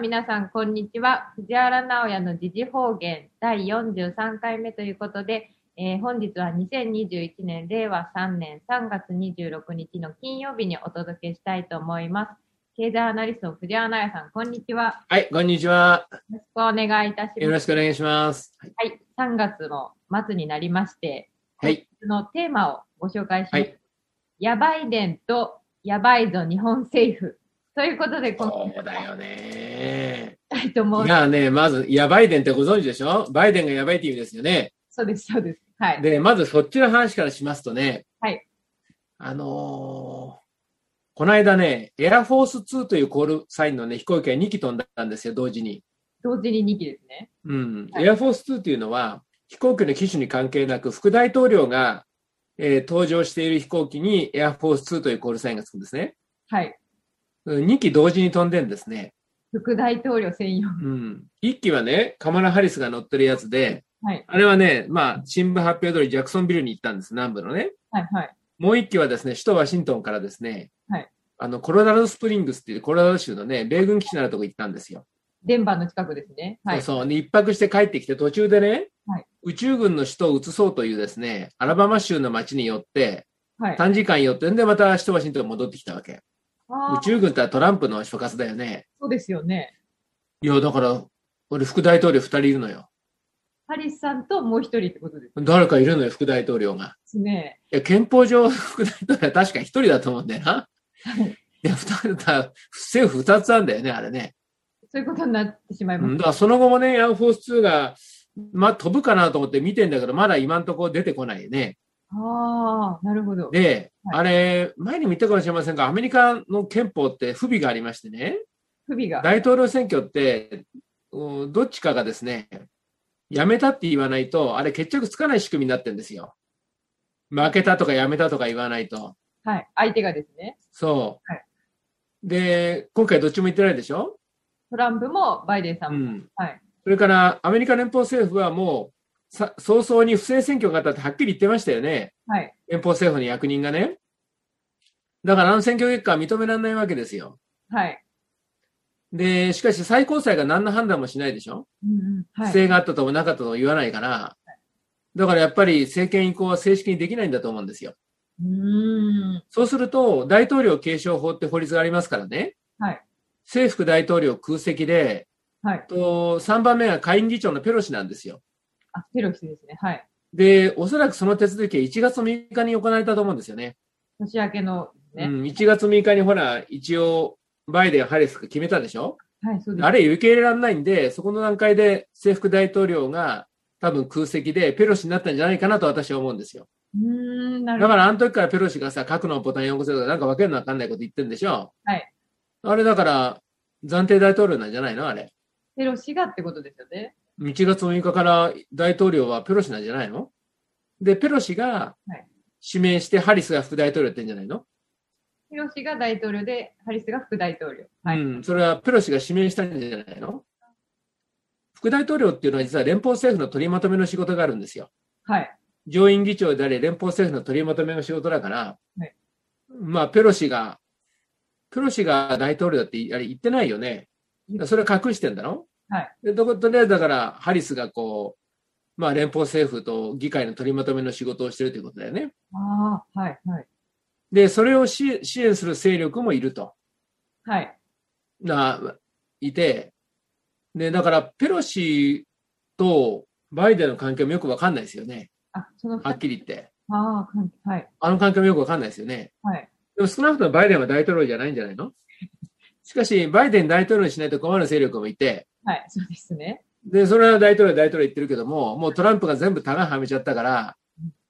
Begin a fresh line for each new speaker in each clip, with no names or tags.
皆さん、こんにちは。藤原直也の時事方言第43回目ということで、えー本日は2021年令和3年3月26日の金曜日にお届けしたいと思います。経済アナリストの藤原直也さん、こんにちは。
はい、こんにちは。
よろしくお願いいたし
よ
ま
ろ
す。
しくお願いします。
はい、3月も末になりまして、
はい、
そのテーマをご紹介します。
はい
やばいでんとやばいぞ日本政府。ということで、今
そ うだよね。
回と思う
い。やね、まず、いや、バイデンってご存知でしょバイデンがやばいって意味ですよね。
そうです、そうです。はい。
で、まずそっちの話からしますとね、
はい。
あのーこの間ね、エアフォース2というコールサインのね、飛行機が2機飛んだんですよ、同時に。
同時に2機ですね。
うん。
はい
エアフォース2っていうのは、飛行機の機種に関係なく、副大統領が、えー搭乗している飛行機にエアフォース2というコールサインがつくんですね。
はい。
2機同時に飛んでんですね。
副大統領専用。
うん。1機はね、カマラ・ハリスが乗ってるやつで、
はい。
あれはね、まあ、新聞発表通りジャクソンビルに行ったんです、南部のね。
はい、はい。
もう1機はですね、首都ワシントンからですね、
はい
あの、コロラドスプリングスっていうコロラド州のね、米軍基地のあるとこ行ったんですよ。
電波の近くですね。はい。
そうそう。で、一泊して帰ってきて途中でね、
はい
宇宙軍の首都を移そうというですね、アラバマ州の町に寄って、
はい。
短時間寄ってんで、また首都ワシントンに戻ってきたわけ。
あ
宇
ー
宙軍ってのはトランプの所轄だよね。
そうですよね。
いや、だから、俺副大統領2人いるのよ。
ハリスさんともう一人ってことで
誰かいるのよ、副大統領が。
すね。
いや、憲法上、 副大統領は確か一人だと思うんだよな。
はい。
いや、二人だ、政府二つあんだよね、あれね。
そういうことになってしまいうま
ん、
す。
だからその後もね、エアフォース2が、まあ、飛ぶかなと思って見てんだけど、まだ今んとこ出てこないよね。
ああ、なるほど。
で、
はい
あれ、前にも言ったかもしれませんが、アメリカの憲法って不備がありましてね、
不備が。
大統領選挙って、うんどっちかがですね、やめたって言わないと、あれ決着つかない仕組みになってんですよ。負けたとかやめたとか言わないと。
はい。相手がですね。
そう。
はい
で、今回どっちも言ってないでしょ
トランプもバイデンさ
うん
も。
ん。
はい。
それから、アメリカ連邦政府はもう、さ早々に不正選挙があったってはっきり言ってましたよね。
はい。
連邦政府の役人がね。だから、あの選挙結果は認められないわけですよ。
はい。
で、しかし最高裁が何の判断もしないでしょ、
うんうん。は
不
い。
正があったともなかったとも言わないから、だからやっぱり政権移行は正式にできないんだと思うんですよ。
うーん。
そうすると、大統領継承法って法律がありますからね。
はい。
政府大統領空席で、
はい。
と3番目は下院議長のペロシなんですよ。
あ、ペロシですね。はい。
で、おそらくその手続きは1月6日に行われたと思うんですよね。
年明けのね。
うん、1月6日にほら、一応、バイデン、ハリスが決めたでしょ
はい、そうです。
あれ受け入れられないんで、そこの段階で政府大統領が多分空席でペロシになったんじゃないかなと私は思うんですよ。
うーん、なる
だ
ほど。
からあの時からペロシがさ、核のボタンよこせとかなんかわけのわかんないこと言ってるんでしょ
はい。
あれだから、暫定大統領なんじゃないのあれ。
ペロシがってことですよね。
1月6日から大統領はペロシなんじゃないので、ペロシが
はい
指名してハリスが副大統領ってんじゃないの、
ペロシが大統領で、ハリスが副大統領。はい。
うん、それはペロシが指名したんじゃないの副大統領っていうのは実は連邦政府の取りまとめの仕事があるんですよ。
はい。
上院議長であれ連邦政府の取りまとめの仕事だから、
はい
まあペロシが、ペロシが大統領だってあれ言ってないよね。それは隠してんだろ
はい
でとことりあえずだからハリスがこう、まあ連邦政府と議会の取りまとめの仕事をしてるということだよね。
ああ、はい、はい。
で、それを支支援する勢力もいると。
はい。
がいて、で、だからペロシとバイデンの関係もよくわかんないですよね。
あ、その
は
二
っ
つ。
きり言って。
ああ、関係はい。
あの関係もよくわかんないですよね。
はい。
でも少なくともバイデンは大統領じゃないんじゃないのしかし、バイデン大統領にしないと困る勢力もいて、
はい。そうですね。
で、それは大統領、大統領言ってるけども、もうトランプが全部タガはめちゃったから、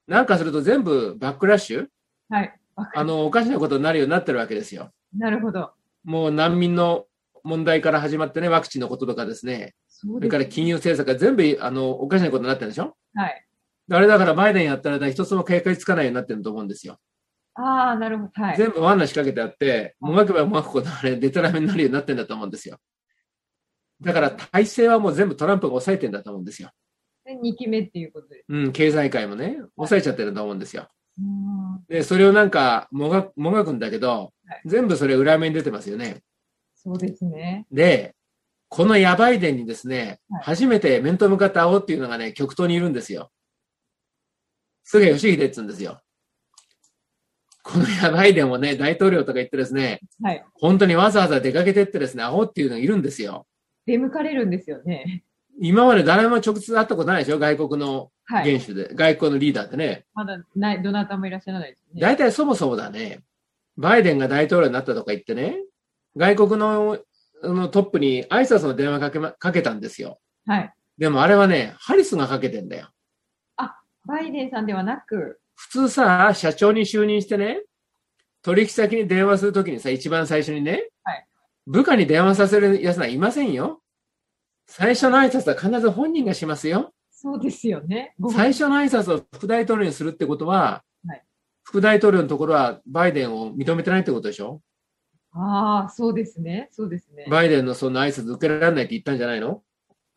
なんかすると全部バックラッシュ
はい。わか
あの、おかしなことになるようになってるわけですよ。
なるほど。
もう難民の問題から始まってね、ワクチンのこととかですね、
そう
そ
です
れから金融政策が全部、あの、おかしなことになってるでしょ
はい。
あれだからバイデンやったら一つも警戒つかないようになってると思うんですよ。
ああ、なるほど。はい。
全部罠仕掛けてあって、もがけばもがくほどあれ、デタラメになるようになってんだと思うんですよ。だから体制はもう全部トランプが抑えてんだと思うんですよ。
で、2期目っていうことです。
うん、経済界もね、抑えちゃってると思うんですよ。
うーん。
で、それをなんかもが、もがくんだけど
はい、
全部それ裏目に出てますよね。
そうですね。
で、このヤバい伝にですね、
はい
初めて面と向かって会おうっていうのがね、極東にいるんですよ。菅義偉っつうんですよ。このヤバい伝をね、大統領とか言ってですね、
はい。
本当にわざわざ出かけてってですね、会おうっていうのがいるんですよ。
出向かれるんですよね。
今まで誰も直接会ったことないでしょ外国の
はい。
元首で、外交のリーダーってね。
まだない、どなたもいらっしゃらないですね。
大体そもそもだね、バイデンが大統領になったとか言ってね、外国のあのトップに挨拶の電話かけ,、ま、かけたんですよ。
はい。
でもあれはね、ハリスがかけてんだよ。
バイデンさんではなく、
普通さ、社長に就任してね、取引先に電話するときにさ、一番最初にね、
はい
部下に電話させるやつはいませんよ。最初の挨拶は必ず本人がしますよ。
そうですよね。ご
最初の挨拶を副大統領にするってことは、
はい
副大統領のところはバイデンを認めてないってことでしょ
ああ、そうですね。そうですね。
バイデンのその挨拶受けられないって言ったんじゃないの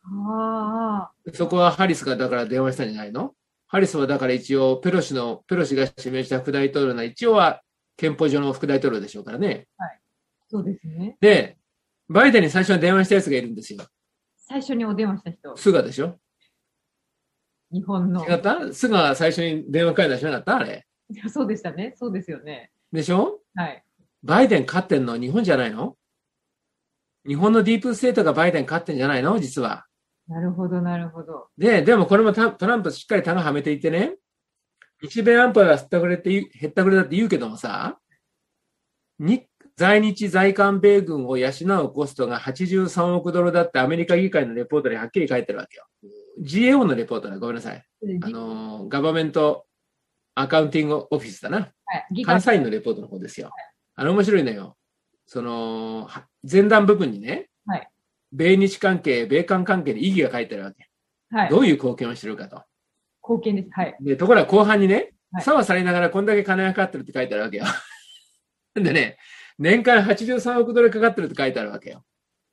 ああ、
そこはハリスがだから電話したんじゃないのハリスはだから一応ペロシの、ペロシが指名した副大統領な一応は憲法上の副大統領でしょうからね。
そうですね。
で、バイデンに最初に電話したやつがいるんですよ。
最初にお電話した人、
菅でしょ
日本の。
違った菅が最初に電話会談しなかったあれ。
そうでしたね。そうですよね。
でしょ
はい。
バイデン勝ってんの日本じゃないの日本のディープステートがバイデン勝ってんじゃないの実は。
なるほど、なるほど。
で、でもこれもタトランプしっかり棚はめていてね、日米安保がすったくれって言う、へったくれだって言うけどもさ、に在日在韓米軍を養うコストが83億ドルだってアメリカ議会のレポートにはっきり書いてるわけよ。GAO のレポートだ、ごめんなさい。あのー、ガバメントアカウンティングオフィスだな。
はい議会
監査員のレポートの方ですよ。あれ面白いのよ。その、は前段部分にね、
はい
米日関係、米韓関係で意義が書いてあるわけ。
はい
ど。ういう貢献をしてるかと。
貢献です。はい。
で、ところが後半にね
は、い
さはされながらこんだけ金がかかってるって書いてあるわけよ。 でね、年間83億ドルかかってるって書いてあるわけよ。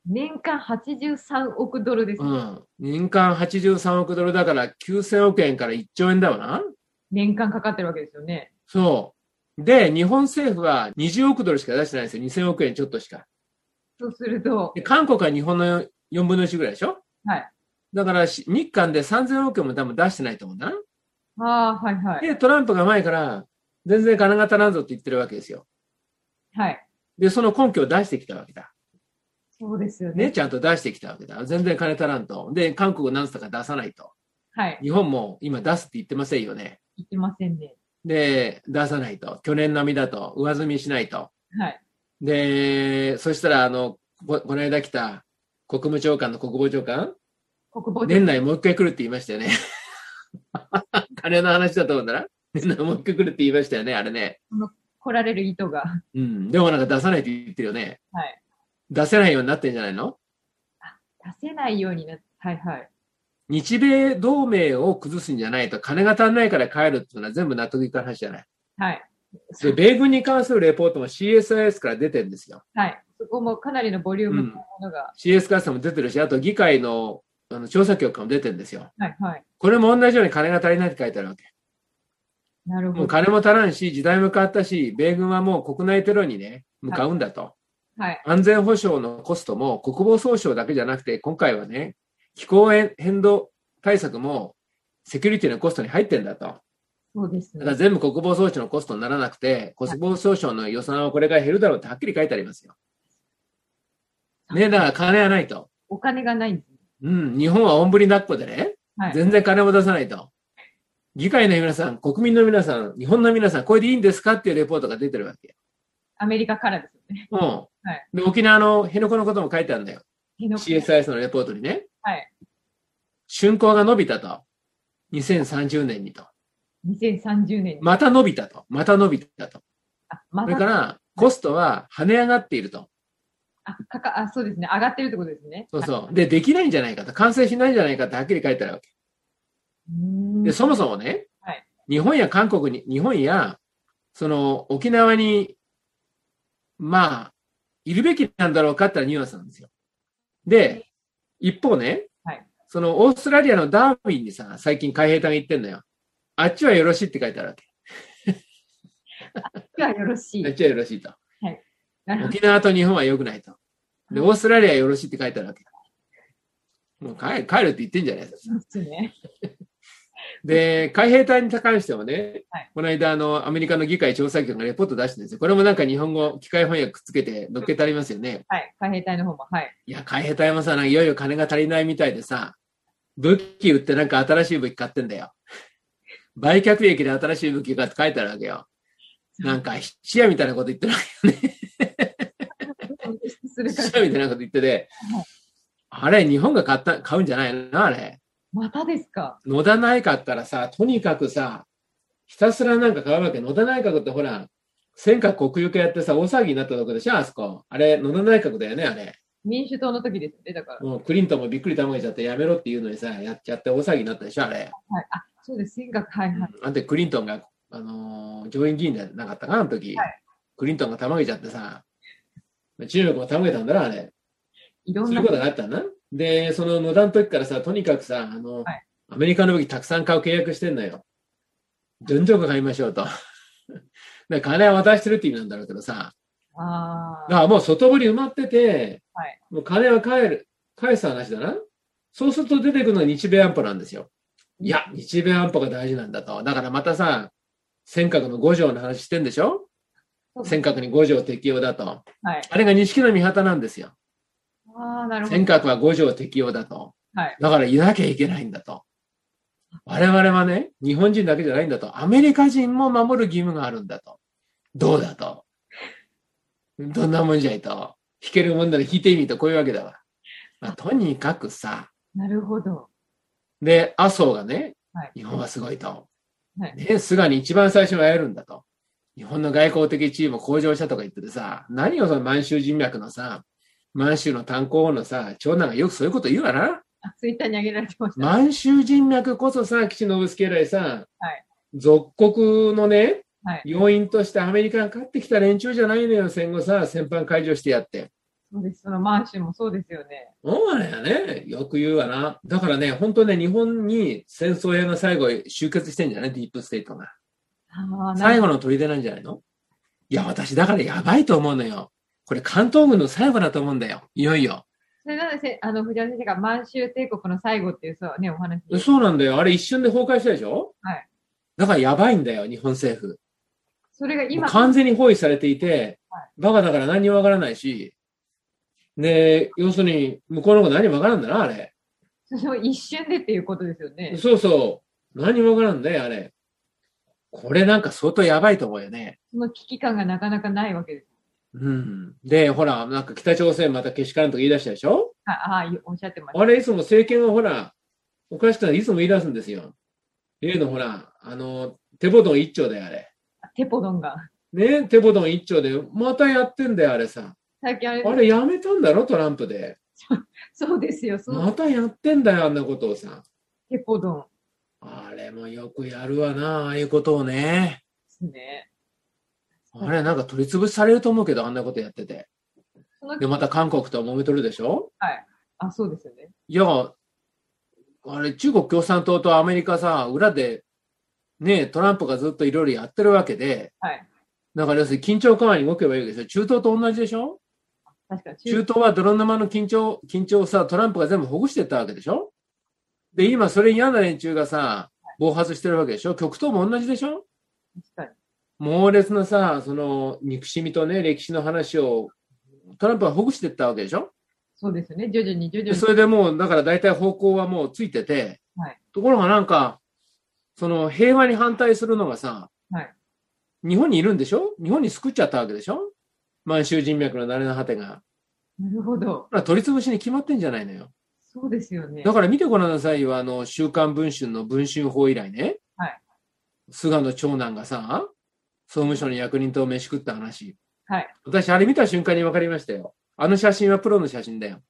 年間83億ドルです。
うん。年間83億ドルだから9000億円から1兆円だわな。
年間かかってるわけですよね。
そう。で、日本政府は20億ドルしか出してないんですよ。2000億円ちょっとしか。
そうすると
で、韓国は日本の4分の1ぐらいでしょ
はい。
だからし日韓で3000億円も多分出してないと思うんだな。
ああ、はいはい。
で、トランプが前から全然金が足らんぞって言ってるわけですよ。
はい。
で、その根拠を出してきたわけだ。
そうですよ
ね、
ね。
ちゃんと出してきたわけだ。全然金足らんと。で、韓国なんとか出さないと。
はい。
日本も今出すって言ってませんよね。
言ってませんね。
で、出さないと。去年並みだと。上積みしないと。
はい。
で、そしたら、あの、ここの間来た国務長官の国防長官、
国防
年内もう一回来るって言いましたよね。金の話だと思うんだな。年内もう一回来るって言いましたよね、あれね。
来られる意図が。
うん。でもなんか出さないって言ってるよね。
はい。
出せないようになってんじゃないの
出せないようになはいはい。
日米同盟を崩すんじゃないと、金が足んないから帰るっていうのは全部納得いかない話じゃない。
はい。
で、米軍に関するレポートも CSIS から出てるんですよ。
はい。そこもかなりのボリュームのものが。
CS からさんも出てるし、あと議会のあの調査局からも出てるんですよ。
はいはい。
これも同じように金が足りないって書いてあるわけ。
なる
も
ほ
う
ど。
金も足らんし、時代も変わったし、米軍はもう国内テロにね、向かうんだと。
はい。
安全保障のコストも国防総省だけじゃなくて、今回はね、気候変動対策もセキュリティのコストに入ってんだと。
そうです
だから
ね。
全部国防総省のコストにならなくて、国防総省の予算はこれから減るだろうってはっきり書いてありますよ。ね、だから金はないと。
お金がないんですね。
うん、日本はおんぶり抱っこでね、
はい。
全然金も出さないと。議会の皆さん、国民の皆さん、日本の皆さん、これでいいんですかっていうレポートが出てるわけ。
アメリカからですよね。
うん。
い
で、沖縄の辺野古のことも書いてあるんだよ。
辺野古
CSIS のレポートにね。
はい。
竣工が伸びたと。2030年にと。
2030年に。
また伸びたと。また伸びたと。
あま
そ
た
れから、コストは跳ね上がっていると。
あかかあ、そうですね。上がってるってことですね。
そう
う。
そう。で、できないんじゃないかと、完成しないんじゃないかってはっきり書いてあるわけ。
うー
で、
ん
そもそもね、
はい
日本や韓国に、日本や、その、沖縄に、まあ、いるべきなんだろうかってのはニュアンスなんですよ。で、一方ね、
はい
その、オーストラリアのダーウィンにさ、最近海兵隊が行ってんのよ。あっちはよろしいって書いてあるわけ。
ではよろしい
あっ。ちはよろしいと。
なるほど
沖縄と日本は良くないと。で、オーストラリアはよろしいって書いてあるわけ。もう帰帰るって言ってんじゃないですか。
ですね。
で、海兵隊に関してもね、
はい
この間あの、アメリカの議会調査局がレポート出してるんですよ。これもなんか日本語、機械翻訳くっつけて乗っけてありますよね。
はい。海兵隊の方も、 はい。
いや、海兵隊もさ、なんかいよいよ金が足りないみたいでさ、武器売ってなんか新しい武器買ってんだよ。売却益で新しい武器買って書いてあるわけよ。なんか、ヒッチみたいなこと言ってる
するか
みたいなこと言ってて、あれ、日本が買った、買うんじゃないのあれ。
またですか。
野田内閣ったらさ、とにかくさ、ひたすらなんか買うわけ。野田内閣ってほら、尖閣国有化やってさ、大騒ぎになったとこでしょ、あそこ。あれ、野田内閣だよね、あれ。
民主党の時ですよね。だから。
もうクリントンもびっくりたまげちゃってやめろって言うのにさ、やっちゃって大騒ぎになったでしょ、あれ。
はい。あ、そうです。尖閣、はいはい。
あんてクリントンが、あのー上院議員じゃなかったかな、あの時。
はい
クリントンがたまげちゃってさ、中国もたまげたんだろ、あれ。
いろん
そうい
な
うこ。とがあったんだ。で、その野田の時からさ、とにかくさ、あの、
はい
アメリカの武器たくさん買う契約してんのよ。順調く買いましょうと。 で金は渡してるって意味なんだろうけどさ。
あ
だ
あ。
からもう外堀埋まってて、
はい
もう金は返る、返す話だな。そうすると出てくるのが日米安保なんですよ。いや、日米安保が大事なんだと。だからまたさ、尖閣の5条の話してんでしょ
そうです
尖閣に5条適用だと。
はい。
あれが錦の御旗なんですよ。
ああ、なるほど
尖。閣は5条適用だと。
はい
だからいなきゃいけないんだと。我々はね、日本人だけじゃないんだと。アメリカ人も守る義務があるんだと。どうだと。どんなもんじゃいと。弾けるもんなら弾いてみと、こういうわけだわ。まあ、とにかくさ。
なるほど。
で、麻生がね
はい、
日本はすごいと。
はい
ね、菅に一番最初はやるんだと。日本の外交的地位も向上したとか言っててさ、何をその満州人脈のさ、満州の炭鉱王のさ、長男がよくそういうこと言うわな。
あ、ツイッターに上げられてました。
満州人脈こそさ、岸信介以来さ、
はい
属国のね、
はい
要因としてアメリカが勝ってきた連中じゃないのよ、戦後さ、戦犯解除してやって。
そうです。その満州もそうですよね。
そうなんやね。よく言うわな。だからね、本当ね、日本に戦争映画最後集結してんじゃないディープステートが。
ああ、な
最
るほ
後の砦なんじゃないのいや、私だからやばいと思うのよ。これ関東軍の最後だと思うんだよ。いよいよ。
それなのでせ、あの、藤原先生が満州帝国の最後っていう、そうね、お話。
そうなんだよ。あれ一瞬で崩壊したでしょ
はい。
だからやばいんだよ、日本政府。
それが
も
今、
う完全に包囲されていて、バカだから何にもわからないし、ね、要するに、向こうの方何もわからんだな、あれ。
その一瞬でっていうことですよね。
そうそう。何もわからんね、あれ。これなんか相当やばいと思うよね。
その危機感がなかなかないわけです。
うん。で、ほら、なんか北朝鮮またけしからんとか言い出したでしょ
ああー、おっしゃってました。
あれ、いつも政権はほら、おかしくない、いつも言い出すんですよ。例のほら、あの、テボドン一丁だよ、あれ。
テポドンが。
ね、テボドン一丁で、またやってんだよ、あれさ。
最近あれ、
あれやめたんだろ、トランプで。
そうですよ、そ
ま
の
たやってんだよ、あんなことをさ。
テポドン
あれもよくやるわな、ああいうことをね。
ですね。
あれなんか取り潰されると思うけど、あんなことやってて。
その
で、また韓国と揉めとるでしょ
あ、そうですよね。
いや、あれ中国共産党とアメリカさ、裏で、ね、トランプがずっといろいろやってるわけで、
はい。
だから要するに緊張緩和に動けばいいわけでしょ。中東と同じでしょ
確かに
中東は泥沼の緊張、緊張をさ、トランプが全部ほぐしてったわけでしょで、今それ嫌な連中がさ、暴発してるわけでしょ極東も同じでしょ
確か
猛烈なさ、その憎しみとね、歴史の話をトランプはほぐしてったわけでしょ
そうですよね。徐々に徐々
で
に
そ。れでもう、だから大体方向はもうついてて、
はい
ところがなんか、その平和に反対するのがさ、
はい
日本にいるんでしょ日本に救っちゃったわけでしょ満州人脈の慣れの果てが。だか
なるほど。
ら取り潰しに決まってんじゃないのよ。
そうですよね
だ。から見てごらんなさいよ、あの、週刊文春の文春法以来ね。
はい
菅の長男がさ、総務省の役人と飯食った話。
はい。
私、あれ見た瞬間に分かりましたよ。あの写真はプロの写真だよ。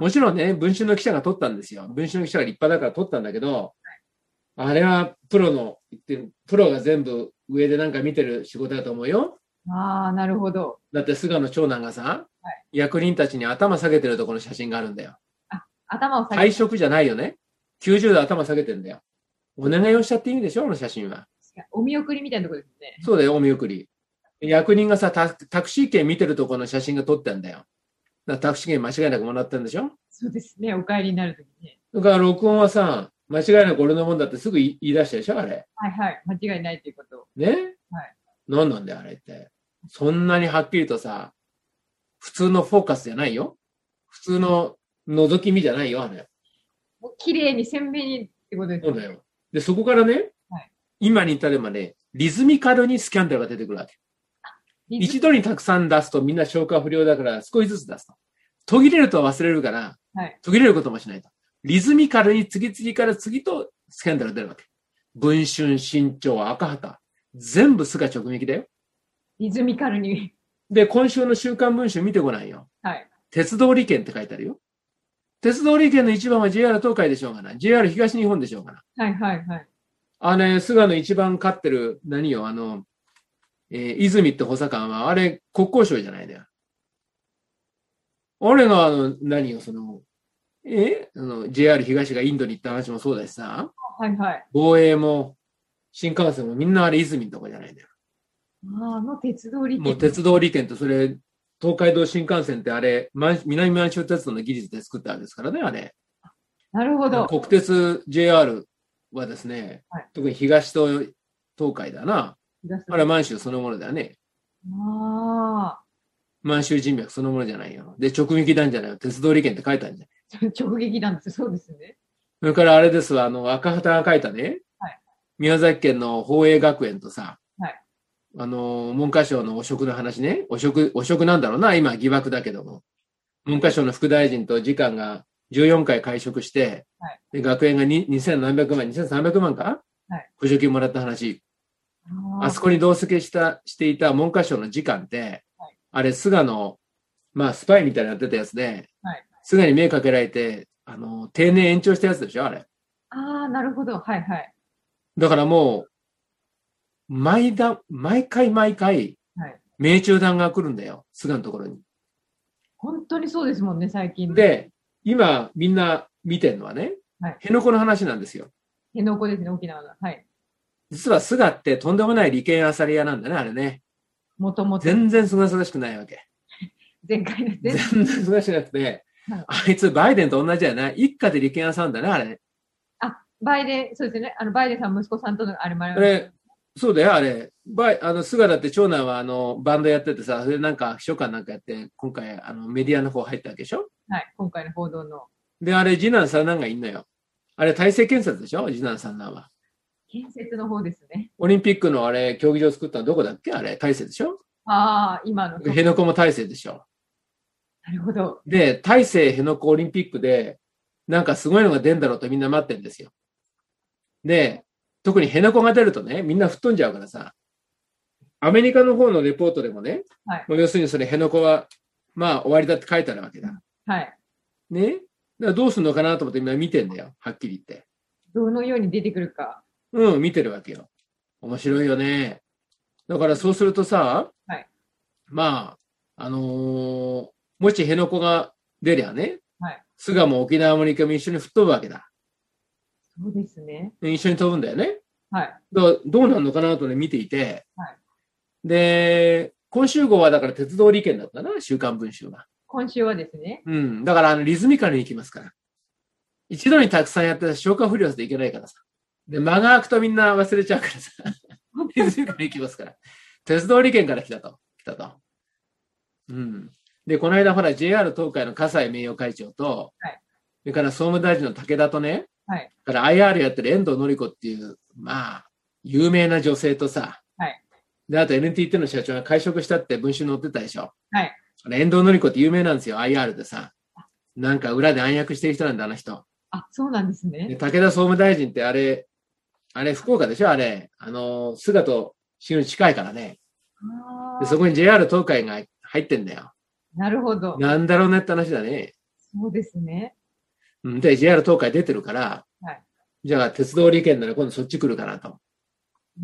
もちろんね、文春の記者が撮ったんですよ。文春の記者が立派だから撮ったんだけど、あれはプロの、言ってるプロが全部上でなんか見てる仕事だと思うよ。
ああ、なるほど。
だって菅の長男がさ、
は
役人たちに頭下げてるところの写真があるんだよ。
頭を下げ
退
て、
職じゃないよね。90度頭下げてんだよ。お願いをしたって意味でしょ、あの写真は。
お見送りみたいなところですね。
そうだよ、お見送り。役人がさ、タタクシー券見てるところの写真が撮ってんだよ。だからタクシー券間違いなくもらったんでしょ
そうですね、お帰りになるときね。
だから録音はさ、間違いなく俺のもんだってすぐ言い言い出したでしょあれ。
はいはい、間違いないということを。
ね、
はい
何なんだよ、あれって。そんなにはっきりとさ、普通のフォーカスじゃないよ。普通の覗き見じゃないよ、あれ。
もう綺麗に鮮明にってことです
そう
ね。
だよ。で、そこからね、
はい
今に至るまで、リズミカルにスキャンダルが出てくるわけ。
リズ
一度にたくさん出すとみんな消化不良だから少しずつ出すと。途切れると忘れるから、
はい
途切れることもしないと。リズミカルに次々から次とスキャンダルが出るわけ。文春、新潮、赤旗。全部菅直撃だよ。
リズミカルに。
で、今週の週刊文春見てごらんよ。
はい。
鉄道利権って書いてあるよ。鉄道利権の一番は JR 東海でしょうがな。JR 東日本でしょうがな。
はいはいはい。
あれ、菅の一番勝ってる、何よ、あの、えー泉って補佐官は、あれ、国交省じゃないのよ。俺が、あの、何よ、その、えあの、JR 東がインドに行った話もそうだしさ、
はいはい。
防衛も、新幹線もみんなあれ泉のとこじゃないんだよ。
あの鉄道利
も
権。
う鉄道利権とそれ、東海道新幹線ってあれ、満南満州鉄道の技術で作ったんですからね、あれ。
なるほど。
国鉄 JR はですね、
はい
特に東と東海だな。
東
あれは満州そのものだよね。
ああ。
満州人脈そのものじゃないよ。で、直撃なんじゃないよ。鉄道利権って書いたんじゃん。
直撃なんですよ。そうですね。
それからあれですわ、あの、赤旗が書いたね、
はい
宮崎県の宝永学園とさ、
はい
あの、文科省の汚職の話ね、汚職、汚職なんだろうな、今疑惑だけども。文科省の副大臣と次官が14回会食して、
はい
で学園がに2000何百万、2300万か、
はい
補助金もらった話。
あ
あそこに同席した、していた文科省の次官って、
はい
あれ、菅の、まあ、スパイみたいになってたやつで、
はい
菅に目かけられて、あの、定年延長したやつでしょ、あれ。
ああ、なるほど。はいはい。
だからもう、毎だ、毎回毎回
はい、
命中弾が来るんだよ、菅のところに。
本当にそうですもんね、最近。、
で、今、みんな見てるのはね、
はい
辺野古の話なんですよ。
辺野古ですね、沖縄の。はい。
実は菅ってとんでもない利権あさり屋なんだね、あれね。
もともと。
全然すがすがしくないわけ。
前回の全
全然すがしくなくて
はい、
あいつバイデンと同じじゃない一家で利権屋さんだね、あれ。
あ、バイデン、そうですよね。あの、バイデンさん、息子さんとの、あれもあり
あ
ます
れ、そうだよ、あれ。バイ、あの、菅だって長男はあの、バンドやっててさ、それなんか秘書官なんかやって、今回あの、メディアの方入ったわけでしょ
はい。今回の報道の。
で、あれ、次男三男がいんのよ。あれ、体制建設でしょ次男三男は。
建設の方ですね。
オリンピックのあれ、競技場作ったのどこだっけあれ、体制でしょ
ああ、今の。な
辺野古も体制でしょ
るほど。
で、体制辺野古オリンピックで、なんかすごいのが出んだろうとみんな待ってるんですよ。で、特に辺野古が出るとね、みんな吹っ飛んじゃうからさ、アメリカの方のレポートでもね、
はい
もう要するにそれ辺野古は、まあ終わりだって書いてあるわけだ。
はい。
ね。だからどうするのかなと思ってみんな見てんだよ、はっきり言って。
どのように出てくるか。
うん、見てるわけよ。面白いよね。だからそうするとさ、
はい
まあ、あのーもし辺野古が出りゃね、
はい
菅も沖縄も陸も一緒に吹っ飛ぶわけだ。
そうですね。
一緒に飛ぶんだよね。
はい。
だからどうなるのかなとね、見ていて。
はい
で、今週号はだから鉄道利権だったな、週刊文春は。
今週はですね。
うん。だからあのリズミカルに行きますから。一度にたくさんやってたら消化不良でいけないからさ。で、間が空くとみんな忘れちゃうから さ。リズミカルに行きますから。鉄道利権から来たと。来たと。うん。で、この間ほら JR 東海の葛西名誉会長と、
はい
それから総務大臣の武田とね、
はい
それから IR やってる遠藤紀子っていう、まあ、有名な女性とさ、
はい
で、あと NTT の社長が会食したって文春載ってたでしょ。
はい
あの遠藤紀子って有名なんですよ、IR でさ。なんか裏で暗躍してる人なんだ、あの人。
あ、そうなんですね。
で武田総務大臣ってあれ、あれ、福岡でしょ、あれ。あの、菅と新内近いからね。
あ
で
あ
そこに JR 東海が入ってんだよ。
なるほど。
なんだろうねって話だね。
そうですね。
うんで、JR 東海出てるから、
はい
じゃあ鉄道利権なら今度そっち来るかなと。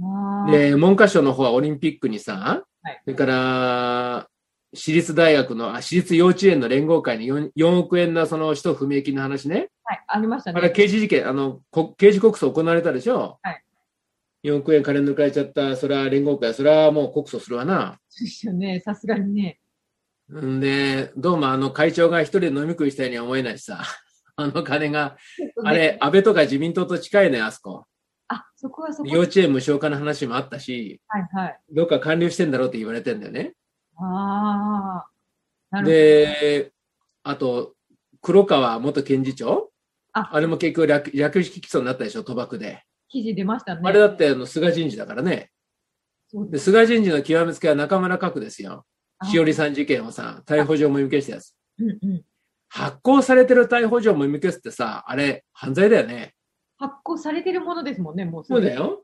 ああ。
で、文科省の方はオリンピックにさ、
はい
それから、私立大学の、あ、私立幼稚園の連合会に 4, 4億円のその使途不明金の話ね。
はい。ありました
あれ
ね。
刑事事件、あの、こ刑事告訴行われたでしょ
はい
4億円金抜かれちゃった、それは連合会、それはもう告訴するわな。
そうですよね。さすがにね。
んで、どうもあの会長が一人で飲み食いしたようには思えないしさ、 あの金が、あれ、安倍とか自民党と近いね、あそこ。
あ、そこはそこ。
幼稚園無償化の話もあったし、
はいはい。
どっか完了してんだろうって言われてんだよね。
ああ。なるほど。
で、あと、黒川元検事長
あ
あれも結局略、略式起訴になったでしょ、賭博で。
記事出ましたね。
あれだってあの菅人事だからね。
そう
で
です。
菅人事の極めつけは中村角ですよ。しおりさん事件をさ、逮捕状もみ消したやつ。
うんうん。
発行されてる逮捕状もみ消すってさ、あれ、犯罪だよね。
発行されてるものですもんね、もう
そう
れ
だ。よ。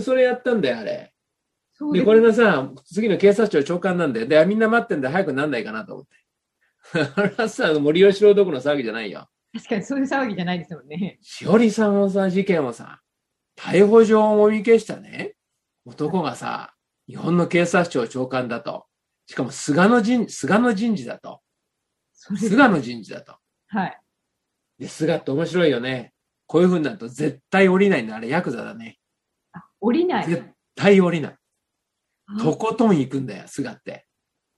それやったんだよ、あれ。
そうで
で、
す
これがさ、次の警察庁長官なんだよ。で、みんな待ってんだ、早くなんないかなと思って。 あれはさ、森吉郎どころの騒ぎじゃないよ。
確かにそういう騒ぎじゃないですもんね。
しおりさんのさ、事件をさ、逮捕状をもみ消したね、男がさ、日本の警察庁長官だと。しかも菅の人、菅の人事だと。
それ
菅の人事だと。
はい。
で、菅って面白いよね。こういう風になると絶対降りないの。あれ、ヤクザだね。
あ、降りない。
絶対降りない。
あ
とことん行くんだよ、菅って。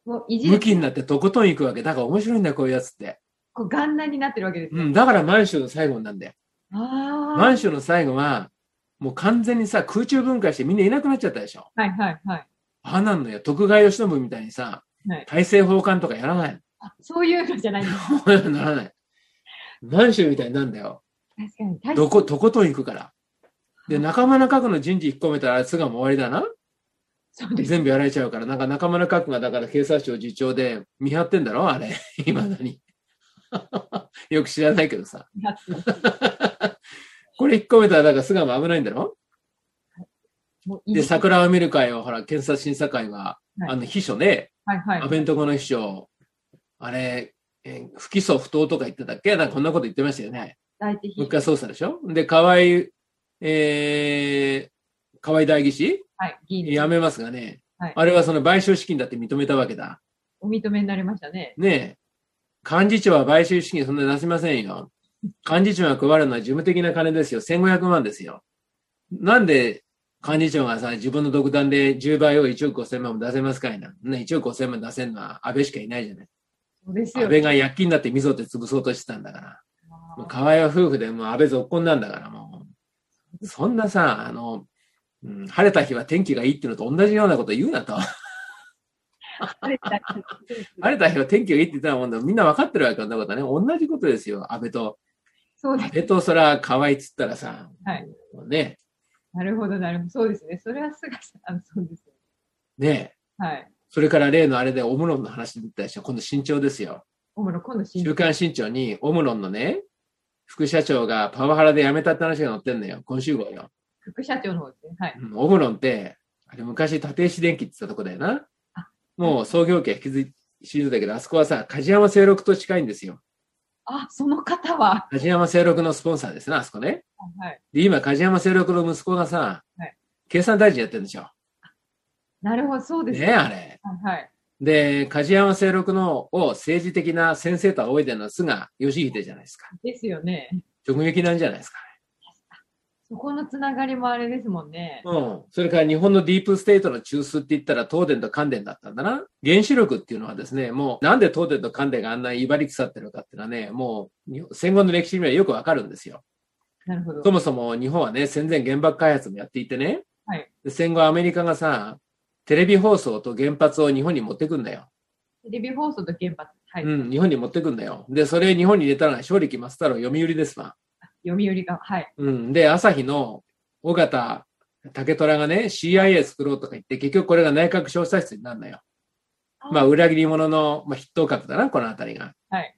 もういじ
向
る、
きになってとことん行くわけ。だから面白いんだよ、こういうやつって。
こう、ガンナになってるわけです
う
ね。
ん、だから満州の最後なんだよ。
ああ。
満州の最後は、もう完全にさ、空中分解してみんないなくなっちゃったでしょ。
はいはいはい。
ああなんのよ。徳川慶喜みたいにさ、
はい
大政奉還とかやらない。
あそういうのじゃないんです。
ならない。満州みたいになんだよ。
確かに。大
どこ、とことん行くから。で、中村角の人事引っ込めたら、あいつがもう終わりだな。
そうです。
全部やられちゃうから、なんか中村角がだから警察庁次長で見張ってんだろ あれ。いまだに。 よく知らないけ どさ。
やつ
これ引っ込めたら、だから菅も危ないんだろ
もういじ
で、桜を見る会を、ほら、検察審査会が、
はい
あの、秘書ね、
はいはい
安。倍んとこの秘書、あれ、えー不起訴不当とか言ってたっけなんかこんなこと言ってましたよね。
第一秘
もう一
書。
回捜査でしょで、河合、えー、河合代議士
はい。議員
辞めますがね、
はい
あれはその賠償資金だって認めたわけだ。
お認めになりましたね。
ねえ、幹事長は賠償資金そんな出せませんよ。幹事長が配るのは事務的な金ですよ。1500万ですよ。なんで幹事長がさ、自分の独断で10倍を1億5000万も出せますかいな。ね、1億5000万出せるのは安倍しかいないじゃない。
そうです
安
よ。
倍が躍起になって溝って潰そうとしてたんだから。
あ
もう
ー
河合は夫婦でもう安倍続婚なんだからもう。そんなさ、あの、うん、晴れた日は天気がいいっていうのと同じようなこと言うなと。
晴れた日
晴れた日は天気がいいって言ったらもうみんな分かってるわけだからね。同じことですよ、安倍と。
そうで
安
す。
倍とそら河合っつったらさ、
はい。
もうね、
なるほど、なるほど。そうですね。それは菅さん、あのそうですね。
ね、
はい。
それから例のあれでオムロンの話出たでしょ、今度新潮ですよ。
小室、今度新
週刊新潮にオムロンのね、副社長がパワハラで辞めたって話が載ってんのよ、今週号よ。
副社長の方ですね。はい。
うんオムロンって、あれ昔立石電機って言ったとこだよな
あ。
もう創業家引き継いでたけど、あそこはさ、梶山清六と近いんですよ。
あ、その方は。
梶山清六のスポンサーですね、あそこね。
はい。
で、今、梶山清六の息子がさ、
はい
経産大臣やってるんでしょ。
なるほど、そうです
ねあれ。
はいはい。
で、梶山清六のを政治的な先生と仰いでるのは菅義偉じゃないですか。
ですよね。
直撃なんじゃないですか
そこのつながりもあれですもんね。
ね。うん。それから日本のディープステートの中枢って言ったら東電と関電だったんだな。原子力っていうのはですね、もうなんで東電と関電があんなに威張り腐ってるかっていうのはね、もう戦後の歴史にはよくわかるんですよ。
なるほど。
そもそも日本はね、戦前原爆開発もやっていてね、
はい
で戦後アメリカがさ、テレビ放送と原発を日本に持ってくんだよ。
テレビ放送と原発。はい。
うん、日本に持ってくんだよ。で、それ日本に入れたのが勝力松太郎読売ですわ。
読売が。はい。
うん。で、朝日の尾形竹虎がね、CIA 作ろうとか言って、結局これが内閣調査室になるのよ。
あー
まあ、裏切り者の、まあ、筆頭格だな、この辺りが。
はい。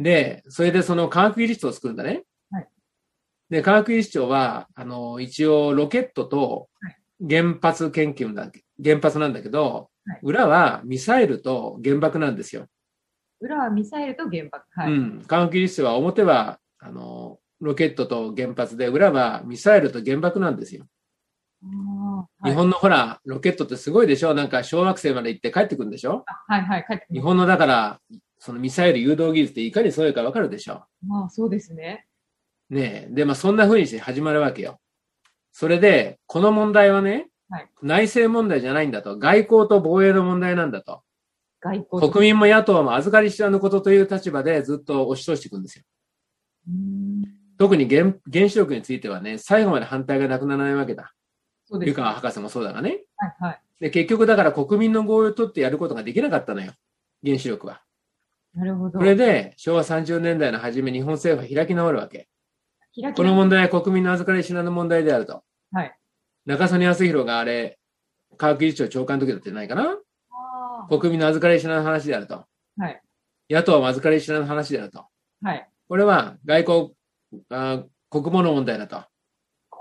で、それでその科学技術を作るんだね。
はい。
で、科学技術庁は、あの、一応ロケットと
はい
原発研究なんだ、原発なんだけど、
はい
裏はミサイルと原爆なんですよ。
裏はミサイルと原爆。はい。
うん、科学技術は表はあのロケットと原発で裏はミサイルと原爆なんですよ。
あー
日
はい
本のほらロケットってすごいでしょなんか小惑星まで行って帰ってくるんでしょ
あはいはい。帰ってき
日
ま
本のだからそのミサイル誘導技術っていかにそういうかわかるでしょ
す。まあ、そうですね。
ねえでまあそんな風にして始まるわけよ。それでこの問題はね、
はい
内政問題じゃないんだと外交と防衛の問題なんだと。
外交
国民も野党も預かり知らぬことという立場でずっと押し通していくんですよ。
うん
特に原原子力についてはね、最後まで反対がなくならないわけだ。
そうで
湯
す。
川博士もそうだがね。
はいはい。
で、結局だから国民の合意を取ってやることができなかったのよ。原子力は。
なるほど。
これで昭和30年代の初め日本政府は開き直るわけ。
開き
この問題は国民の預かり知らぬ問題であると。
はい
中曽根康弘があれ、科学技術庁長官の時だってないかな
あー
国民の預かり知らぬ話であると。
はい
野党も預かり知らぬ話であると。
はい。
これは外交、あ国防の問題だと。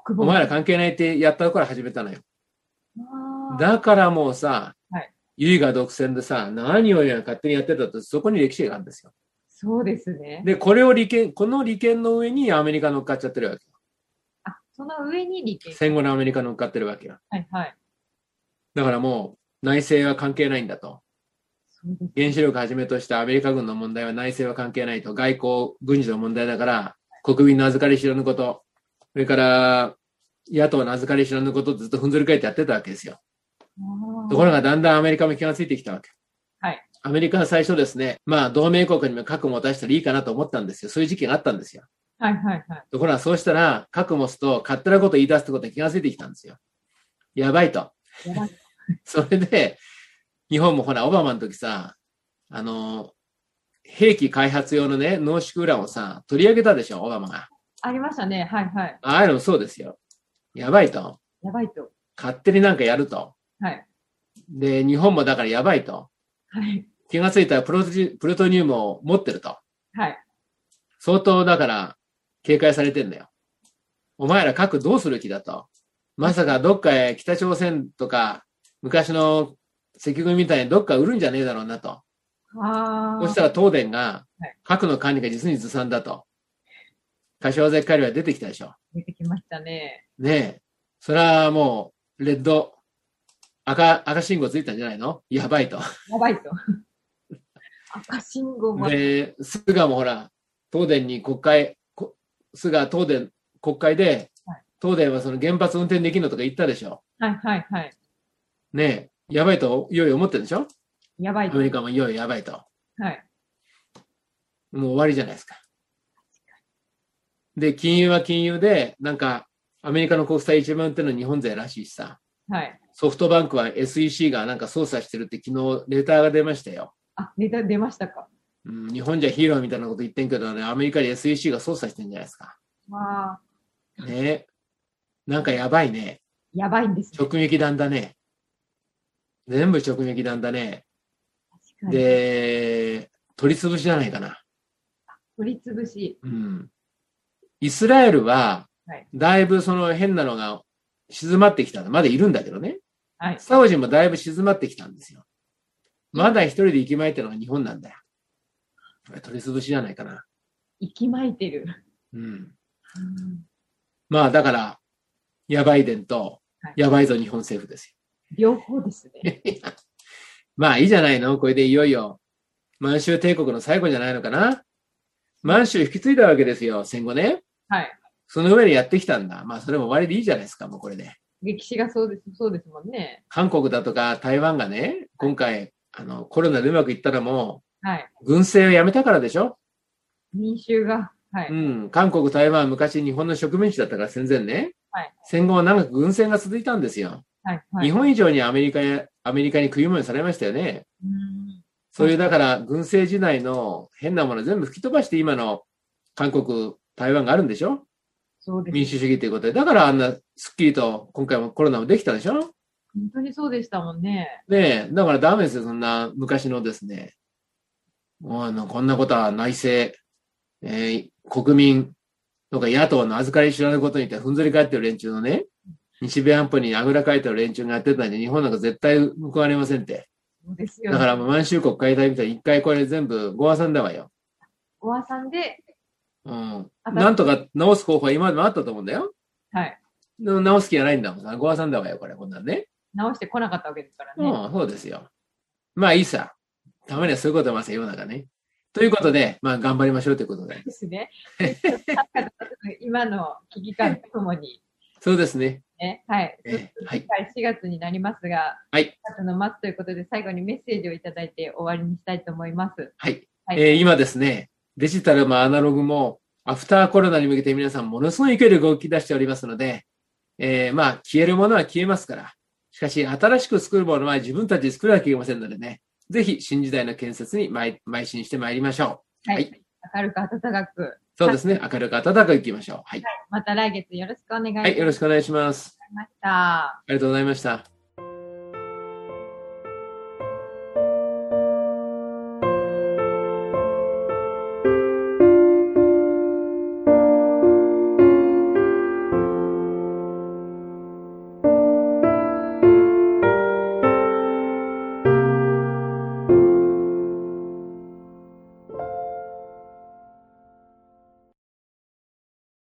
国防。
お前ら関係ないってやったところから始めたのよ。
あー
だからもうさ、
はい
ユイが独占でさ、何を言うの勝手にやってたと、そこに歴史があるんですよ。
そうですね。
で、これを利権、この利権の上にアメリカ乗っかっちゃってるわけよ。
あ、その上に利権。
戦後のアメリカ乗っかってるわけよ。
はいはい。
だからもう、内政は関係ないんだと。
そうです。
原子力はじめとしたアメリカ軍の問題は内政は関係ないと。外交、軍事の問題だから、国民の預かり知らぬこと、それから、野党の預かり知らぬことをずっと踏んづり返ってやってたわけですよ。ところ
が、
がだんだんアメリカも気がついてきたわけ。
はい。
アメリカは最初ですね、まあ同盟国にも核持たせたらいいかなと思ったんですよ。そういう時期があったんですよ。
はいはいはい。
ところがそうしたら、核持つと勝手なこと言い出すってことに気がついてきたんですよ。やばいと。
やばい
それで、日本もほら、オバマの時さ、あの、兵器開発用のね、濃縮ウランをさ、取り上げたでしょ、オバマが。
ありましたね。はいはい。
ああいうのもそうですよ。やばいと。
やばいと。
勝手になんかやると。
はい。
で、日本もだからやばいと。
はい。
気がついたらプロジプルトニウムを持ってると。
はい。
相当だから警戒されてんだよ。お前ら核どうする気だと。まさかどっかへ北朝鮮とか昔の石軍みたいにどっか売るんじゃねえだろうなと。
ああ。
そしたら東電が
はい
核の管理が実にずさんだと。柏崎狩りは出てきたでしょ。
出てきましたね。
ねえ。それはもう、レッド、赤、赤信号ついたんじゃないのやばいと。
やば いと。赤信号も、
で、菅もほら、東電に国会、こ菅東電、国会で
はい、
東電はその原発運転できるのとか言ったでしょ。
はいはいはい。
ねえ、やばいと、いよいよ思ってるでしょ
やば
ア
いと。
メリカもいよいよやばいと。
はい。
もう終わりじゃないですか。で、金融は金融で、なんか、アメリカの国債一番売ってるの日本勢らしいしさ、
はい。
ソフトバンクは SEC がなんか操作してるって昨日レターが出ましたよ。
あ、ネタ出ましたか。
うん、日本じゃヒーローみたいなこと言ってんけどね、アメリカで SEC が操作してるんじゃないですか。
わあ、
ねなんかやばいね。
やばいんですね。
直撃弾だね。全部直撃弾だね。
確かに。
で、取り潰しじゃないかな。
取り潰し。
うん。イスラエルは
はい、
だいぶその変なのが静まってきたの。まだいるんだけどね。
はい。
サウジもだいぶ静まってきたんですよ。まだ一人で行きまいってのが日本なんだよ。これ取り潰しじゃないかな。
息巻いてる。
うん。
うん
まあだから、やばい伝と
はい、
やばいぞ日本政府ですよ
両方ですね。
まあいいじゃないの。これでいよいよ、満州帝国の最後じゃないのかな。満州引き継いだわけですよ、戦後ね。
はい。
その上でやってきたんだ。まあそれも終わりでいいじゃないですか、もうこれで。
歴史がそうです、そうですもんね。
韓国だとか台湾がね、今回、あの、コロナでうまくいったのも、
はい。
軍政をやめたからでしょ。
民衆が。はいう
ん。韓国、台湾は昔日本の植民地だったから戦前ね。
はい
戦後は長く軍政が続いたんですよ。
はい。はい。
日本以上にアメリカや、アメリカに食い物にされましたよね。
うん
そういうだから軍政時代の変なもの全部吹き飛ばして今の韓国、台湾があるんでしょ
そうです。
民主主義ということで。だからあんなスッキリと今回もコロナもできたでしょ
本当にそうでしたもんね。
ねえ、だからダメですよ、そんな昔のですね。もうあの、こんなことは内政、えー国民とか野党の預かり知らぬことにてふんぞり返ってる連中のね、日米安保にあぐらかいてる連中がやってたんで、日本なんか絶対報われませんって。
そうですよ、
だ
ね。
からもう満州国解体みたいに一回これ全部ご破算だわよ。
おばさんで、
うん
あ
なんとか直す方法は今までもあったと思うんだよ。
はい。
でも直す気がないんだもん。ご破算だわよ、これ、こんなんね。
直してこなかったわけですから
う
ね。
ん、そうですよ。まあいいさ。たまにはそういうこともあるさ、世の中ね。ということで、まあ頑張りましょうということで。
ですね。今の危機感とともに、
そうですね。
ね。はい。
ええはい
次回4月になりますが、
はい
4月の末ということで、最後にメッセージをいただいて終わりにしたいと思います。
はい。
はい
えー今ですね、デジタルもアナログも、アフターコロナに向けて皆さんものすごい勢いで動き出しておりますので、えーまあ、消えるものは消えますから、しかし、新しく作るものは自分たちで作らなきゃいけませんのでね、ぜひ、新時代の建設に邁邁進してまいりましょう。
はい。明るく暖かく、
そうですね、明るく暖かくいきましょう。はい。
また来月よろしくお願いし
はい、よろしくお願いします。
ました。
ありがとうございました。